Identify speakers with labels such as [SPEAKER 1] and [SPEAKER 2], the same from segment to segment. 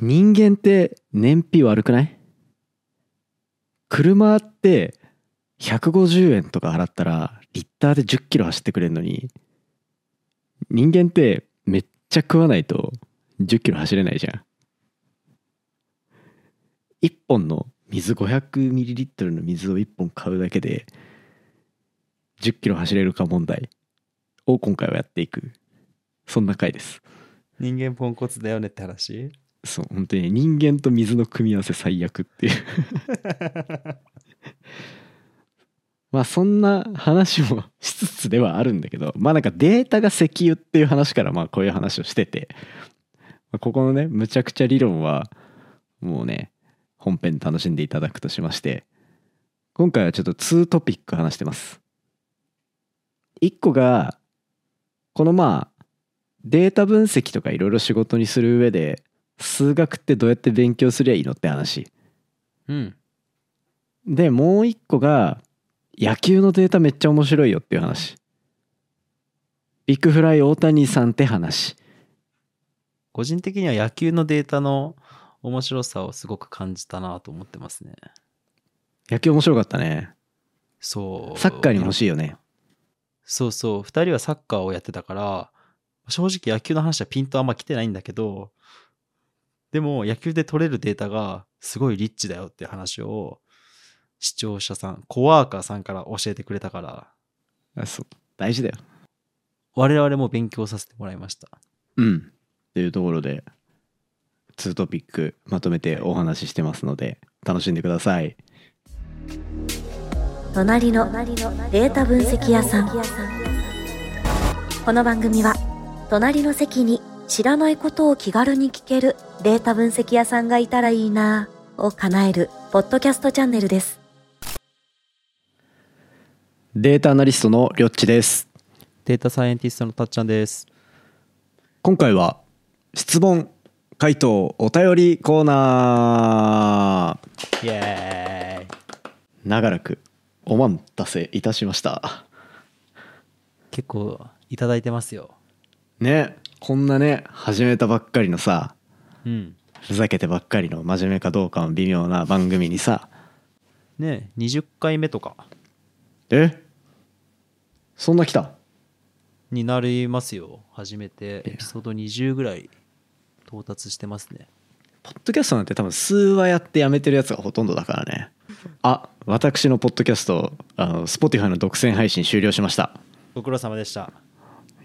[SPEAKER 1] 人間って燃費悪くない車って150円とか払ったらリッターで1 0キロ走ってくれるのに人間ってめっちゃ食わないと1 0キロ走れないじゃん1本の水 500ml の水を1本買うだけで1 0キロ走れるか問題を今回はやっていくそんな回です
[SPEAKER 2] 人間ポンコツだよねって話
[SPEAKER 1] そう本当に人間と水の組み合わせ最悪っていう まあそんな話もしつつではあるんだけどまあなんかデータが石油っていう話からまあこういう話をしてて、まあここのねむちゃくちゃ理論はもうね本編楽しんでいただくとしまして今回はちょっと2トピック話してます1個がこのまあデータ分析とかいろいろ仕事にする上で数学ってどうやって勉強すりゃいいのって話
[SPEAKER 2] うん
[SPEAKER 1] でもう一個が野球のデータめっちゃ面白いよっていう話ビッグフライ大谷さんって話
[SPEAKER 2] 個人的には野球のデータの面白さをすごく感じたなと思ってますね
[SPEAKER 1] 野球面白かったね
[SPEAKER 2] そう
[SPEAKER 1] サッカーにも欲しいよね
[SPEAKER 2] そうそう2人はサッカーをやってたから正直野球の話はピンとあんま来てないんだけどでも野球で取れるデータがすごいリッチだよっていう話を視聴者さんコワーカーさんから教えてくれたから
[SPEAKER 1] あそう大事だよ
[SPEAKER 2] 我々も勉強させてもらいました
[SPEAKER 1] うんっていうところで2トピックまとめてお話ししてますので楽しんでください
[SPEAKER 3] 隣のデータ分析屋さんこの番組は隣の席に知らないことを気軽に聞けるデータ分析屋さんがいたらいいなぁを叶えるポッドキャストチャンネルです
[SPEAKER 1] データアナリストのりょっちです
[SPEAKER 2] データサイエンティストのたっちゃんです
[SPEAKER 1] 今回は質問回答お便りコーナー
[SPEAKER 2] イエーイ
[SPEAKER 1] 長らくお待たせいたしました
[SPEAKER 2] 結構いただいてますよ
[SPEAKER 1] ねこんなね始めたばっかりのさ
[SPEAKER 2] うん
[SPEAKER 1] ふざけてばっかりの真面目かどうかも微妙な番組にさ
[SPEAKER 2] ねえ20回目とか
[SPEAKER 1] えそんな来た
[SPEAKER 2] になりますよ初めてエピソード20ぐらい到達してますね
[SPEAKER 1] ポッドキャストなんて多分数話やってやめてるやつがほとんどだからねあ私のポッドキャストあの Spotify の独占配信終了しました
[SPEAKER 2] ご苦労様でした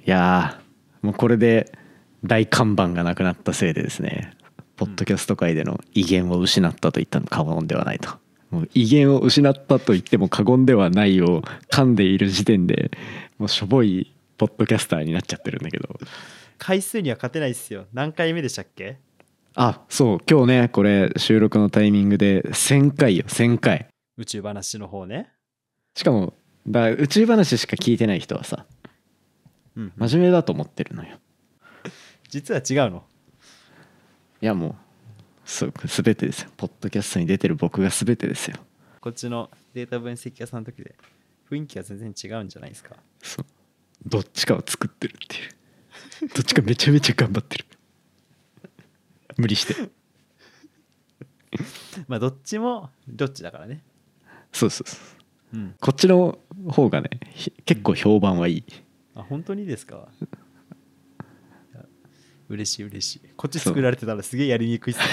[SPEAKER 1] いやーもうこれで大看板がなくなったせいでですねポッドキャスト界での威厳を失ったと言ったの過言ではないともう威厳を失ったと言っても過言ではないを噛んでいる時点でもうしょぼいポッドキャスターになっちゃってるんだけど
[SPEAKER 2] 回数には勝てないっすよ何回目でしたっけ
[SPEAKER 1] あそう今日ねこれ収録のタイミングで1,000回よ1,000回
[SPEAKER 2] 宇宙話の方ね
[SPEAKER 1] しかもだから宇宙話しか聞いてない人はさ
[SPEAKER 2] うん
[SPEAKER 1] 真面目だと思ってるのよ
[SPEAKER 2] 実は違うの
[SPEAKER 1] いやもうそう全てですよポッドキャストに出てる僕が全てですよ
[SPEAKER 2] こっちのデータ分析屋さんの時で雰囲気が全然違うんじゃないですか
[SPEAKER 1] そうどっちかを作ってるっていうどっちかめちゃめちゃ頑張ってる無理して
[SPEAKER 2] まあどっちもどっちだからね
[SPEAKER 1] そうそうそう
[SPEAKER 2] うん
[SPEAKER 1] こっちの方がねひ結構評判はいい
[SPEAKER 2] あ本当にですか いや嬉しい嬉しいこっち作られてたらすげえやりにくいっすね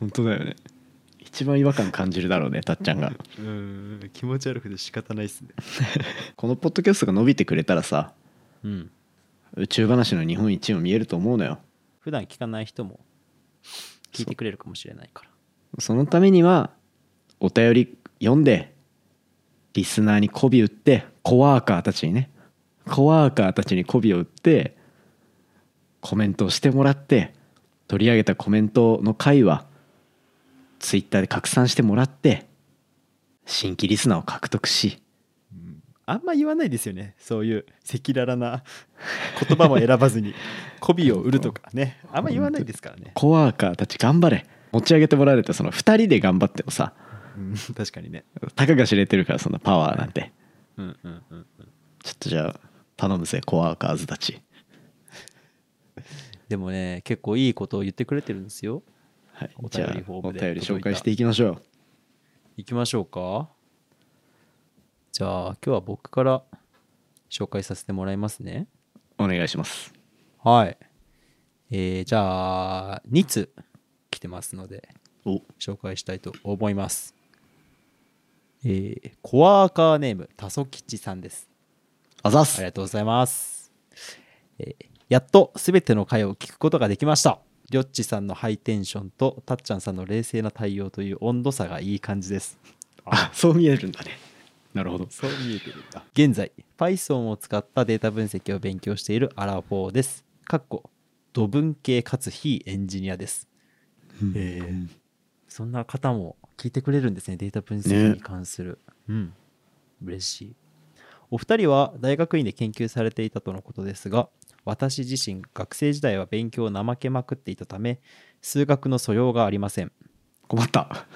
[SPEAKER 1] 本当だよね一番違和感感じるだろうねたっちゃんが
[SPEAKER 2] うーん気持ち悪くて仕方ないっすね
[SPEAKER 1] このポッドキャストが伸びてくれたらさ
[SPEAKER 2] うん
[SPEAKER 1] 宇宙話の日本一も見えると思うのよ
[SPEAKER 2] 普段聞かない人も聞いてくれるかもしれないから
[SPEAKER 1] そのためにはお便り読んでリスナーに媚び売ってコワーカーたちにねコワーカーたちに媚びを売ってコメントをしてもらって取り上げたコメントの回はツイッターで拡散してもらって新規リスナーを獲得し
[SPEAKER 2] あんま言わないですよねそういう赤裸々 な言葉も選ばずに媚びを売るとかねあんま言わないですからね、
[SPEAKER 1] コワーカーたち頑張れ持ち上げてもらえるとその2人で頑張ってもさ
[SPEAKER 2] うん、確かにね
[SPEAKER 1] たかが知れてるからそんなパワーなんて
[SPEAKER 2] うんうんうん
[SPEAKER 1] ちょっとじゃあ頼むぜコワーカーズたち
[SPEAKER 2] でもね結構いいことを言ってくれてるんですよ
[SPEAKER 1] はい
[SPEAKER 2] お便り、
[SPEAKER 1] じゃあ
[SPEAKER 2] フォー
[SPEAKER 1] お
[SPEAKER 2] ムで
[SPEAKER 1] 便り紹
[SPEAKER 2] 届い
[SPEAKER 1] 介
[SPEAKER 2] た
[SPEAKER 1] していきましょう
[SPEAKER 2] 行きましょうかじゃあ今日は僕から紹介させてもらいますね
[SPEAKER 1] お願いします
[SPEAKER 2] はいえーじゃあ2通来てますので
[SPEAKER 1] お
[SPEAKER 2] 紹介したいと思いますえーコワーカーネームたそ吉さんです
[SPEAKER 1] あざっ
[SPEAKER 2] あり
[SPEAKER 1] す
[SPEAKER 2] がとうございます、えーやっとすべての回を聞くことができましたりょっちさんのハイテンションとたっちゃんさんの冷静な対応という温度差がいい感じです
[SPEAKER 1] あそう見えるんだねなるほど
[SPEAKER 2] そう見えてるんだ。現在、Python を使ったデータ分析を勉強しているアラフォーです。かっこ、土文系かつ非エンジニアです。えーそんな方も聞いてくれるんですね、データ分析に関する。うん。嬉しい。お二人は大学院で研究されていたとのことですが、私自身、学生時代は勉強を怠けまくっていたため、数学の素養がありません。
[SPEAKER 1] 困った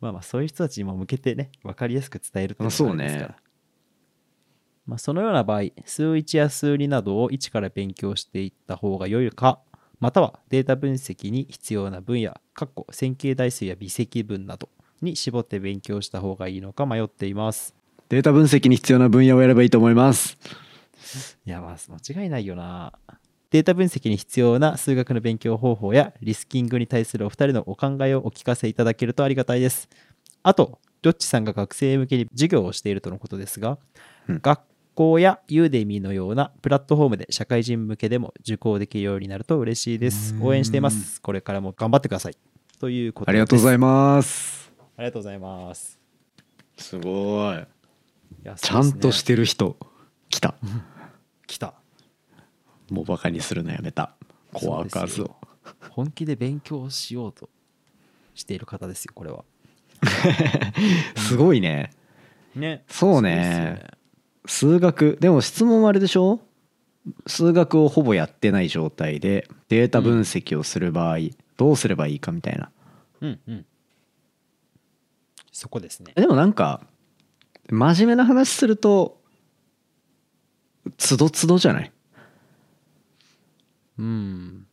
[SPEAKER 2] まあまあそういう人たちにも向けてね分かりやすく伝えるって
[SPEAKER 1] あ
[SPEAKER 2] いの
[SPEAKER 1] そう
[SPEAKER 2] があ
[SPEAKER 1] ね
[SPEAKER 2] れですからまあ、そのような場合数1や数2などを一から勉強していった方が良いかまたはデータ分析に必要な分野かっこ線形代数や微積分などに絞って勉強した方がいいのか迷っています
[SPEAKER 1] データ分析に必要な分野をやればいいと思います
[SPEAKER 2] いやまあ間違いないよなデータ分析に必要な数学の勉強方法やリスキングに対するお二人のお考えをお聞かせいただけるとありがたいですあとロッチさんが学生向けに授業をしているとのことですが、
[SPEAKER 1] うん
[SPEAKER 2] 学校やユーデミーのようなプラットフォームで社会人向けでも受講できるようになると嬉しいです応援していますこれからも頑張ってくださいということで
[SPEAKER 1] あ
[SPEAKER 2] す
[SPEAKER 1] りがとうございます
[SPEAKER 2] ますありがとうございます
[SPEAKER 1] すごい
[SPEAKER 2] いや
[SPEAKER 1] ち
[SPEAKER 2] そう
[SPEAKER 1] ゃ
[SPEAKER 2] ですね
[SPEAKER 1] んとしてる人来た
[SPEAKER 2] 来た
[SPEAKER 1] もうバカにするのやめたコアカーズを
[SPEAKER 2] 本気で勉強しようとしている方ですよこれは
[SPEAKER 1] すごいね
[SPEAKER 2] ね
[SPEAKER 1] そうね数学でも質問はあれでしょ数学をほぼやってない状態でデータ分析をする場合どうすればいいかみたいな
[SPEAKER 2] うんうんそこですね
[SPEAKER 1] でもなんか真面目な話するとつどつどじゃない
[SPEAKER 2] うん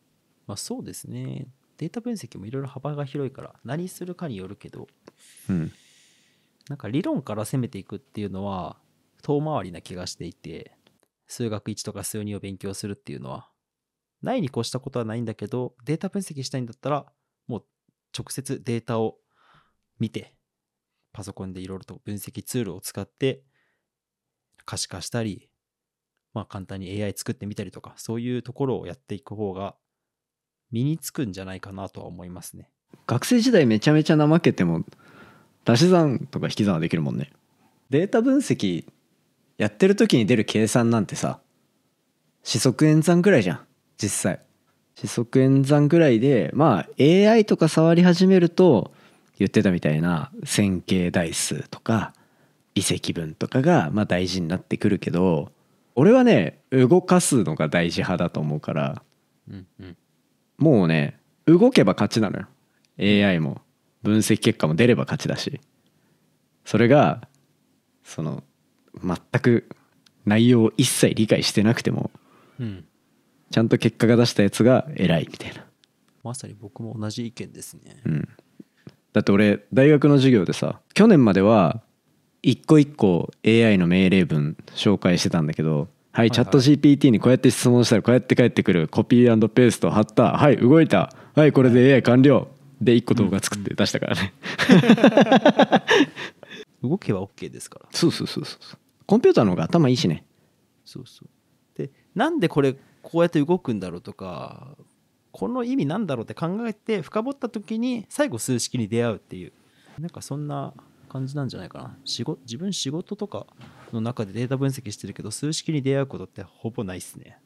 [SPEAKER 2] まあそうですねデータ分析もいろいろ幅が広いから何するかによるけど
[SPEAKER 1] うん
[SPEAKER 2] なんか理論から攻めていくっていうのは遠回りな気がしていて数学1とか数2を勉強するっていうのはないに越したことはないんだけどデータ分析したいんだったらもう直接データを見てパソコンでいろいろと分析ツールを使って可視化したりまあ簡単に AI 作ってみたりとかそういうところをやっていく方が身につくんじゃないかなとは思いますね。
[SPEAKER 1] 学生時代めちゃめちゃ怠けても足し算とか引き算はできるもんねデータ分析やってる時に出る計算なんてさ四則演算ぐらいじゃん実際四則演算ぐらいでまあ AI とか触り始めると言ってたみたいな線形代数とか微積分とかがまあ大事になってくるけど俺はね動かすのが大事派だと思うから
[SPEAKER 2] うんうん、
[SPEAKER 1] もうね動けば勝ちなのよ AI も分析結果も出れば勝ちだしそれがその全く内容を一切理解してなくても
[SPEAKER 2] うん
[SPEAKER 1] ちゃんと結果が出したやつが偉いみたいな、
[SPEAKER 2] まさに僕も同じ意見ですね。
[SPEAKER 1] うん、だって俺大学の授業でさ去年までは一個一個 AI の命令文紹介してたんだけどはい、
[SPEAKER 2] いはい
[SPEAKER 1] チャット GPT にこうやって質問したらこうやって返ってくるコピーペースト貼ったはい動いたはいこれで AI 完了で一個動画作って出したからね、
[SPEAKER 2] 動けば OK ですから。
[SPEAKER 1] そうそうそうそうコンピューターの方が頭いいしね
[SPEAKER 2] そうそう。で、なんでこれ、こうやって動くんだろうとか、この意味なんだろうって考えて、深掘った時に、最後数式に出会うっていう、なんかそんな感じなんじゃないかな。仕事自分仕事とかの中でデータ分析してるけど、数式に出会うことってほぼないっすね。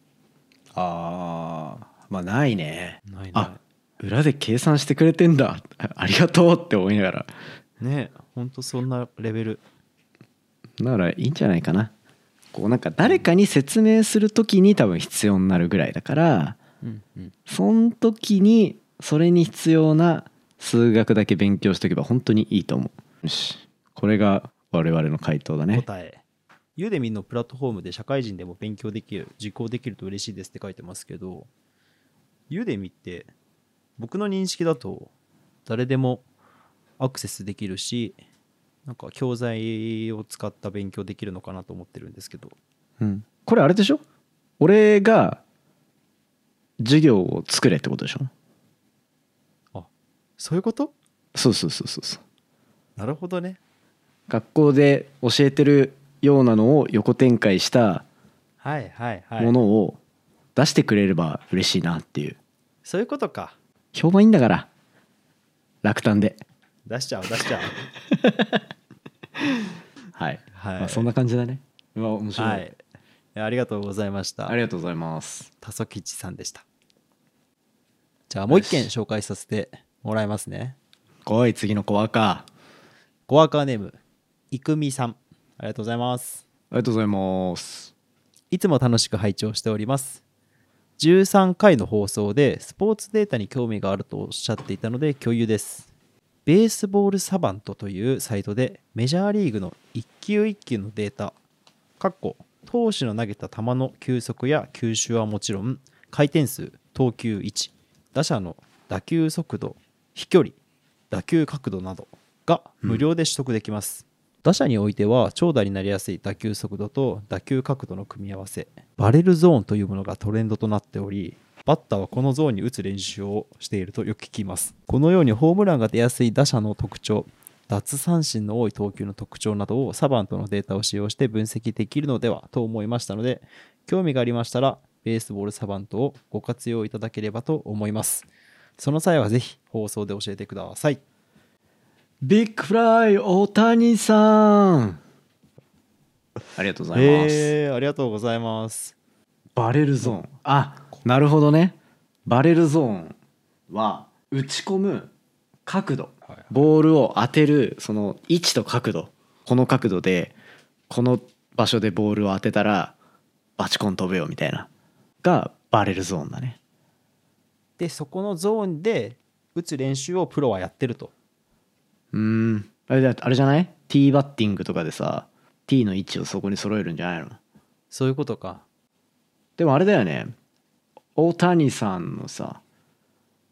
[SPEAKER 1] ああまあないね
[SPEAKER 2] ない
[SPEAKER 1] あ裏で計算してくれてんだあありがとうって思いながら
[SPEAKER 2] い。ねほんとそんなレベル。
[SPEAKER 1] ならいいんじゃないかなこうなんか誰かに説明するときに多分必要になるぐらいだから
[SPEAKER 2] うんうん。
[SPEAKER 1] そん時にそれに必要な数学だけ勉強しておけば本当にいいと思うよしこれが我々の回答だね
[SPEAKER 2] 答え。ユーデミのプラットフォームで社会人でも勉強できる、受講できると嬉しいですって書いてますけど、ユーデミって僕の認識だと誰でもアクセスできるしなんか教材を使った勉強できるのかなと思ってるんですけど
[SPEAKER 1] うん、これあれでしょ俺が授業を作れってことでしょ
[SPEAKER 2] そういうこと
[SPEAKER 1] そうそうそうそうそう
[SPEAKER 2] なるほどね
[SPEAKER 1] 学校で教えてるようなのを横展開した
[SPEAKER 2] はいはいはい
[SPEAKER 1] ものを出してくれれば嬉しいなっていう
[SPEAKER 2] そういうことか
[SPEAKER 1] 評判いいんだから落胆で
[SPEAKER 2] 出しちゃう出しちゃう
[SPEAKER 1] はい、
[SPEAKER 2] はい、
[SPEAKER 1] まあ、そんな感じだねうわ面白い、
[SPEAKER 2] はいいやありがとうございました
[SPEAKER 1] ありがとうございます
[SPEAKER 2] タソキチさんでしたじゃあもう一件
[SPEAKER 1] よし
[SPEAKER 2] 紹介させてもらいますね
[SPEAKER 1] 来い次の子か
[SPEAKER 2] コワーカーネームいくみさんありがとうございます
[SPEAKER 1] ありがとうございます
[SPEAKER 2] いつも楽しく拝聴しております13回の放送でスポーツデータに興味があるとおっしゃっていたので共有ですベースボールサバントというサイトでメジャーリーグの一球一球のデータかっこ投手の投げた球の球速や球種はもちろん回転数投球位置打者の打球速度飛距離打球角度などが無料で取得できます、打者においては長打になりやすい打球速度と打球角度の組み合わせバレルゾーンというものがトレンドとなっておりバッターはこのゾーンに打つ練習をしているとよく聞きますこのようにホームランが出やすい打者の特徴脱三振の多い投球の特徴などをサバンとのデータを使用して分析できるのではと思いましたので興味がありましたらベースボールサバントをご活用いただければと思いますその際はぜひ放送で教えてください
[SPEAKER 1] ビッグフライ大谷さんありがとうございます、
[SPEAKER 2] えーありがとうございます
[SPEAKER 1] バレルゾーンあなるほどねバレルゾーンは打ち込む角度
[SPEAKER 2] はい
[SPEAKER 1] ボールを当てるその位置と角度この角度でこの場所でボールを当てたらバチコン飛ぶよみたいながバレルゾーンだね
[SPEAKER 2] でそこのゾーンで打つ練習をプロはやってると
[SPEAKER 1] うーんあれだあれじゃないティーバッティングとかでさティーの位置をそこに揃えるんじゃないの
[SPEAKER 2] そういうことか
[SPEAKER 1] でもあれだよね大谷さんのさ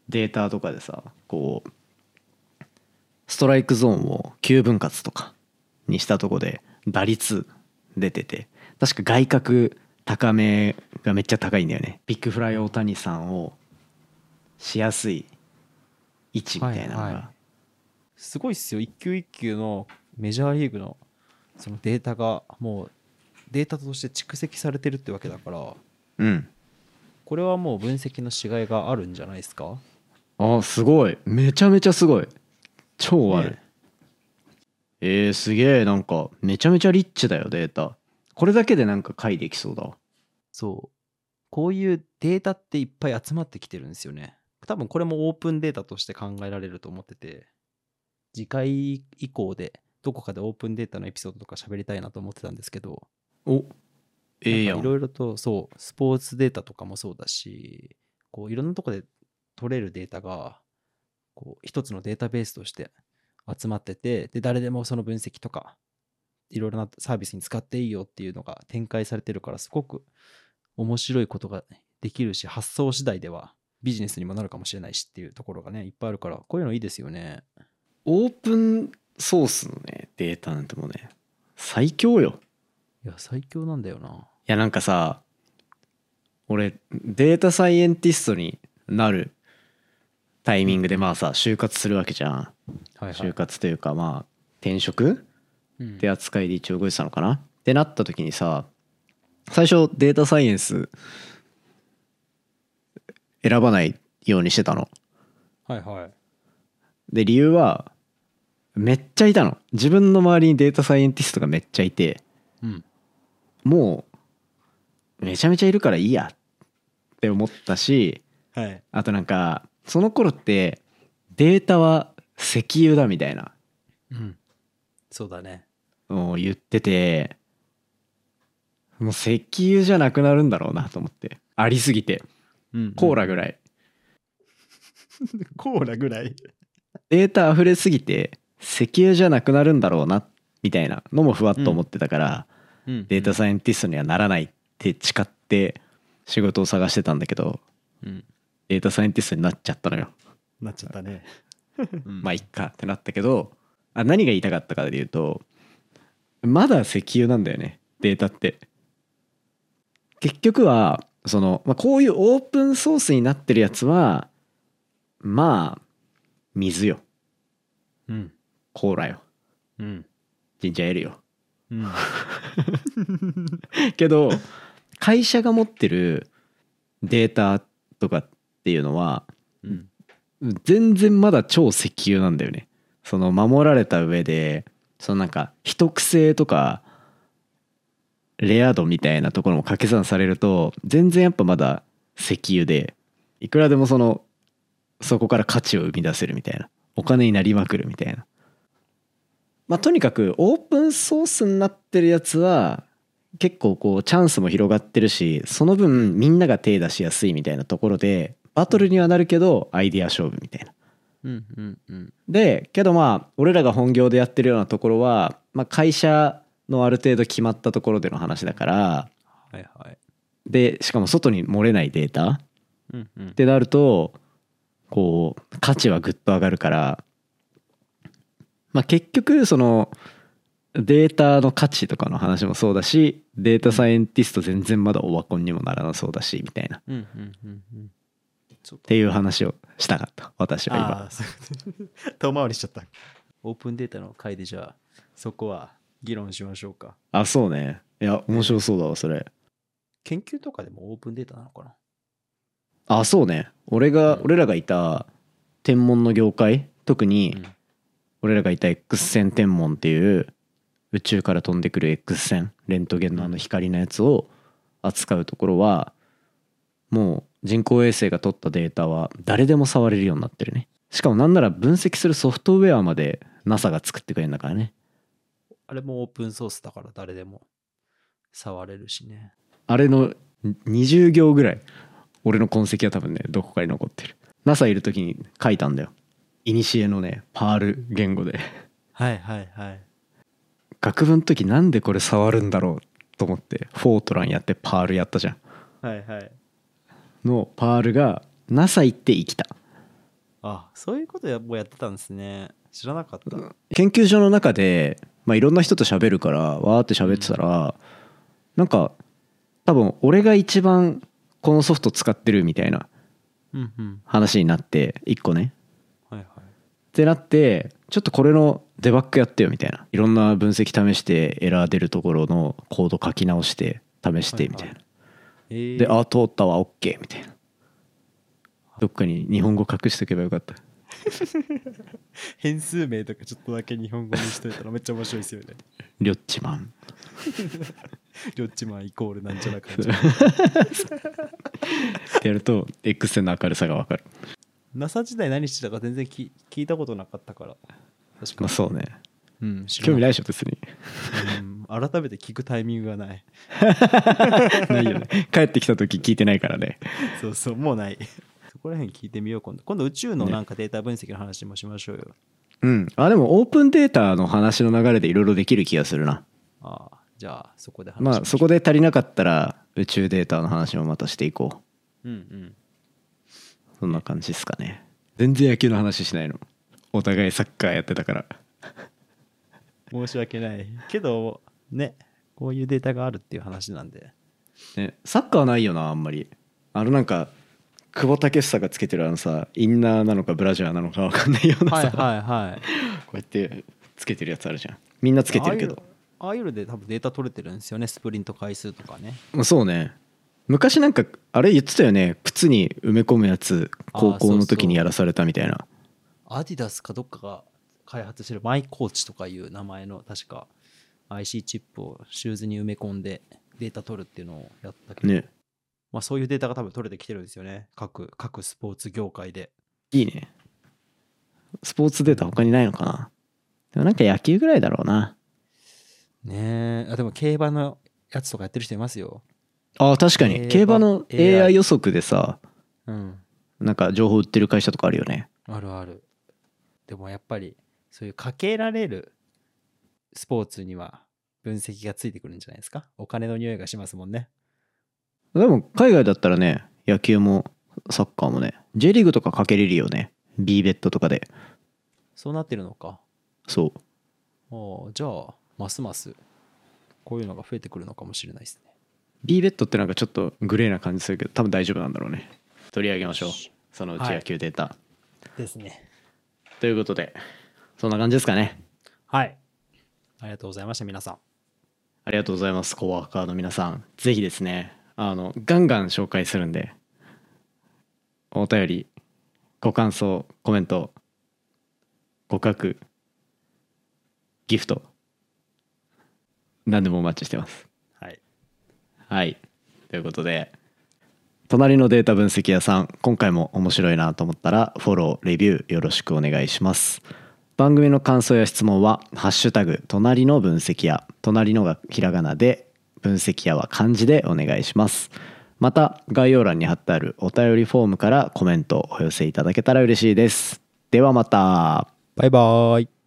[SPEAKER 1] データとかでさこうストライクゾーンを9分割とかにしたとこで打率出てて確か外角高めがめっちゃ高いんだよねビッグフライ大谷さんをしやすい位置みたいなのが、
[SPEAKER 2] はいはいすごいっすよ一球一球のメジャーリーグのそのデータがもうデータとして蓄積されてるってわけだから
[SPEAKER 1] うん
[SPEAKER 2] これはもう分析のしがいがあるんじゃないですか
[SPEAKER 1] あーすごいめちゃめちゃすごい超ある、
[SPEAKER 2] ね
[SPEAKER 1] えー、すげえなんかめちゃめちゃリッチだよデータこれだけでなんか解できそうだわ
[SPEAKER 2] そうこういうデータっていっぱい集まってきてるんですよね多分これもオープンデータとして考えられると思ってて次回以降でどこかでオープンデータのエピソードとか喋りたいなと思ってたんですけど
[SPEAKER 1] おええや
[SPEAKER 2] なんかいろ
[SPEAKER 1] ん
[SPEAKER 2] いろとそうスポーツデータとかもそうだしこういろんなとこで取れるデータがこう一つのデータベースとして集まっててで誰でもその分析とかいろいろなサービスに使っていいよっていうのが展開されてるからすごく面白いことができるし発想次第ではビジネスにもなるかもしれないしっていうところがねいっぱいあるからこういうのいいですよね
[SPEAKER 1] オープンソースのねデータなんてもうね最強よ
[SPEAKER 2] いや最強なんだよない
[SPEAKER 1] やなんかさ俺データサイエンティストになるタイミングでまあさ就活するわけじゃん
[SPEAKER 2] はい
[SPEAKER 1] 就活というかまあ転職
[SPEAKER 2] うん
[SPEAKER 1] って扱いで一応動いてたのかなってなった時にさ最初データサイエンス選ばないようにしてたの
[SPEAKER 2] はいはい
[SPEAKER 1] で理由はめっちゃいたの自分の周りにデータサイエンティストがめっちゃいて
[SPEAKER 2] うん
[SPEAKER 1] もうめちゃめちゃいるからいいやって思ったし
[SPEAKER 2] はい
[SPEAKER 1] あとなんかその頃ってデータは石油だみたいな
[SPEAKER 2] うんそうだね
[SPEAKER 1] を言っててもう石油じゃなくなるんだろうなと思ってありすぎてコーラぐらい、
[SPEAKER 2] コーラぐらい。
[SPEAKER 1] データ溢れすぎて石油じゃなくなるんだろうなみたいなのもふわっと思ってたから、データサイエンティストにはならないって誓って仕事を探してたんだけど
[SPEAKER 2] うん。
[SPEAKER 1] データサイエンティストになっちゃったのよ。
[SPEAKER 2] なっちゃったね。うん
[SPEAKER 1] まあいっかってなったけどあ何が言いたかったかで言うとまだ石油なんだよねデータって結局はその、まあ、こういうオープンソースになってるやつはまあ水よ
[SPEAKER 2] うん。
[SPEAKER 1] コーラよ
[SPEAKER 2] うん。
[SPEAKER 1] ジンジャーエールよ
[SPEAKER 2] うん。
[SPEAKER 1] けど会社が持ってるデータとかっていうのは
[SPEAKER 2] うん。
[SPEAKER 1] 全然まだ超石油なんだよねその守られた上でそのなんか秘匿性とかレア度みたいなところも掛け算されると全然やっぱまだ石油でいくらでもそのそこから価値を生み出せるみたいなお金になりまくるみたいなまあとにかくオープンソースになってるやつは結構こうチャンスも広がってるしその分みんなが手出しやすいみたいなところでバトルにはなるけどアイデア勝負みたいな。
[SPEAKER 2] うん。うん。うん。
[SPEAKER 1] でけどまあ俺らが本業でやってるようなところは、まあ、会社のある程度決まったところでの話だから
[SPEAKER 2] はいはい。
[SPEAKER 1] でしかも外に漏れないデータ
[SPEAKER 2] うん。うん
[SPEAKER 1] っ。てなるとこう価値はぐっと上がるから、まあ、結局そのデータの価値とかの話もそうだしデータサイエンティスト全然まだオワコンにもならなそうだしみたいなっ
[SPEAKER 2] うん。うん。うん。うん。そうか
[SPEAKER 1] ていう話をしたかった私は
[SPEAKER 2] あ
[SPEAKER 1] 今
[SPEAKER 2] あ、そういうこと遠回りしちゃった。オープンデータの回でじゃあ、そこは議論しましょうか。
[SPEAKER 1] あそうねいや面白そうだわそれ
[SPEAKER 2] 研究とかでもオープンデータなのかな
[SPEAKER 1] あそうね俺が
[SPEAKER 2] うん
[SPEAKER 1] 俺らがいた天文の業界特に
[SPEAKER 2] うん
[SPEAKER 1] 俺らがいた X 線天文っていう宇宙から飛んでくる X 線レントゲンのあの光のやつを扱うところはもう人工衛星が取ったデータは誰でも触れるようになってるねしかもなんなら分析するソフトウェアまで NASA が作ってくれるんだからね
[SPEAKER 2] あれもオープンソースだから誰でも触れるしね。
[SPEAKER 1] あれの20行ぐらい俺の痕跡は多分ねどこかに残ってる NASA いる時に書いたんだよ古のねパール言語で
[SPEAKER 2] はいはいはい。
[SPEAKER 1] 学部の時なんでこれ触るんだろうと思ってフォートランやってパールやったじゃん
[SPEAKER 2] はいはい。
[SPEAKER 1] のパールが NASA 行って生きた
[SPEAKER 2] あそういうことやもうやってたんですね。知らなかった。
[SPEAKER 1] 研究所の中で、まあ、いろんな人と喋るからわーって喋ってたら、なんか多分俺が一番このソフト使ってるみたいな
[SPEAKER 2] うんうん。
[SPEAKER 1] 話になって1個ね
[SPEAKER 2] はいはい。
[SPEAKER 1] ってなってちょっとこれのデバッグやってよみたいないろんな分析試してエラー出るところのコード書き直して試してみたいな、
[SPEAKER 2] えー、
[SPEAKER 1] であ通ったわ OK みたいなどっかに日本語隠しておけばよかった
[SPEAKER 2] 変数名とかちょっとだけ日本語にしといたらめっちゃ面白いですよね。
[SPEAKER 1] リョッチマン
[SPEAKER 2] 両チマンイコールなんちゃらかん
[SPEAKER 1] そ
[SPEAKER 2] ち
[SPEAKER 1] う
[SPEAKER 2] ゃら。
[SPEAKER 1] ってやると X 線の明るさがわかる
[SPEAKER 2] NASA 時代何してたか全然き聞いたことなかったから。確
[SPEAKER 1] まあ
[SPEAKER 2] かに。
[SPEAKER 1] そうね
[SPEAKER 2] うん、知ら
[SPEAKER 1] 興味ない
[SPEAKER 2] い、
[SPEAKER 1] でしょ別に
[SPEAKER 2] うん。改めて聞くタイミングがない。
[SPEAKER 1] ないよね帰ってきた時聞いてないからね
[SPEAKER 2] そうそう、もうない。 そこら辺聞いてみよう、今度。今度宇宙のなんかデータ分析の話もしましょうよ。
[SPEAKER 1] うんあでもオープンデータの話の流れでいろいろできる気がするな
[SPEAKER 2] ああ、じゃあそこで話し
[SPEAKER 1] まあそこ
[SPEAKER 2] で。
[SPEAKER 1] で足りなかったら宇宙データの話もまたしていこう
[SPEAKER 2] うんうん。
[SPEAKER 1] そんな感じですかね全然野球の話しないのお互いサッカーやってたから
[SPEAKER 2] 申し訳ない。けど、ね、こういうデータがあるっていう話なん で。
[SPEAKER 1] ねサッカーはないよなあんまりあのなんか久保建英がつけてるあのさインナーなのかブラジャーなのかわかんないようなさ、
[SPEAKER 2] はいはい。
[SPEAKER 1] こうやってつけてるやつあるじゃんみんなつけてるけど
[SPEAKER 2] ああいうの。ああいうので多分データ取れてるんですよね、スプリント回数とかね。
[SPEAKER 1] まあそうね昔なんかあれ言ってたよね靴に埋め込むやつ高校の時にやらされたみたいな
[SPEAKER 2] アディダスかどっかが開発してるマイコーチとかいう名前の確か IC チップをシューズに埋め込んでデータ取るっていうのをやったけど、
[SPEAKER 1] ね
[SPEAKER 2] まあ、そういうデータが多分取れてきてるんですよね各各スポーツ業界で
[SPEAKER 1] いいねスポーツデータ他にないのかなでもなんか野球ぐらいだろうな
[SPEAKER 2] ねえあでも競馬のやつとかやってる人いますよ
[SPEAKER 1] ああ確かに競
[SPEAKER 2] 競
[SPEAKER 1] 馬
[SPEAKER 2] 馬
[SPEAKER 1] の
[SPEAKER 2] AI
[SPEAKER 1] AI 予測でさ
[SPEAKER 2] うん
[SPEAKER 1] なんか情報売ってる会社とかあるよね
[SPEAKER 2] あるあるでもやっぱりそういうかけられるスポーツには分析がついてくるんじゃないですかお金の匂いがしますもんね
[SPEAKER 1] でも海外だったらね野球もサッカーもね J リーグとかかけれるよね B ベッドとかで
[SPEAKER 2] そうなってるのか
[SPEAKER 1] そう
[SPEAKER 2] あーじゃあますますこういうのが増えてくるのかもしれないですね
[SPEAKER 1] B ベッドってなんかちょっとグレーな感じするけど多分大丈夫なんだろうね取り上げましょうそのうち
[SPEAKER 2] はい
[SPEAKER 1] 野球データ、
[SPEAKER 2] ですね
[SPEAKER 1] ということでそんな感じですかね
[SPEAKER 2] はいありがとうございました皆さん
[SPEAKER 1] ありがとうございますコワーカーの皆さんぜひですねあのガンガン紹介するんでお便りご感想コメントご書くギフト何でもお待ちしてます
[SPEAKER 2] はい
[SPEAKER 1] はい。ということで、隣のデータ分析屋さん、今回も面白いなと思ったら、フォロー、レビューよろしくお願いします。番組の感想や質問は、ハッシュタグ、隣の分析屋、隣のがひらがなで、分析屋は漢字でお願いします。また、概要欄に貼ってあるお便りフォームからコメントをお寄せいただけたら嬉しいです。ではまた。
[SPEAKER 2] バイバーイ